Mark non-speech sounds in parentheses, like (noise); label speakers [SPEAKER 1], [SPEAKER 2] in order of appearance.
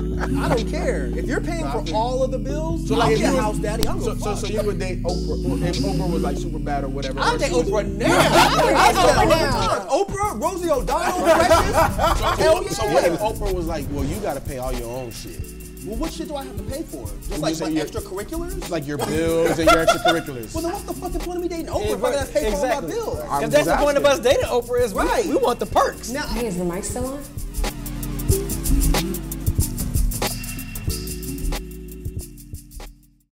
[SPEAKER 1] I don't care. If you're paying for all of the bills,
[SPEAKER 2] So
[SPEAKER 1] I'll
[SPEAKER 2] like if
[SPEAKER 1] get
[SPEAKER 2] you was,
[SPEAKER 1] house daddy. I'm
[SPEAKER 2] so,
[SPEAKER 1] gonna
[SPEAKER 2] so so
[SPEAKER 1] Oh, fuck.
[SPEAKER 2] you would date Oprah or if Oprah was like super bad or whatever.
[SPEAKER 1] I'll
[SPEAKER 2] or
[SPEAKER 1] take
[SPEAKER 2] she was-
[SPEAKER 1] Oprah now. I'll take Oprah now. Oprah, Rosie
[SPEAKER 2] (laughs)
[SPEAKER 1] O'Donnell, Precious. Hell
[SPEAKER 2] So
[SPEAKER 1] yeah.
[SPEAKER 2] what if Oprah was like, well, you gotta pay all your own shit,
[SPEAKER 1] Well, what shit do I have to pay for? Just
[SPEAKER 2] You
[SPEAKER 1] like my
[SPEAKER 2] said you're-
[SPEAKER 1] extracurriculars?
[SPEAKER 2] like your bills and
[SPEAKER 1] (laughs)
[SPEAKER 2] your extracurriculars?
[SPEAKER 1] well, then what's the fucking point of me dating Oprah if I
[SPEAKER 3] Right,
[SPEAKER 1] gotta pay for all my
[SPEAKER 3] exactly.
[SPEAKER 1] bills?
[SPEAKER 2] I'm
[SPEAKER 3] Because that's
[SPEAKER 2] just
[SPEAKER 3] the point of us
[SPEAKER 2] asking.
[SPEAKER 3] dating Oprah is we-
[SPEAKER 1] Right.
[SPEAKER 3] we, want the perks.
[SPEAKER 1] Now,
[SPEAKER 4] Hey, is the mic still on?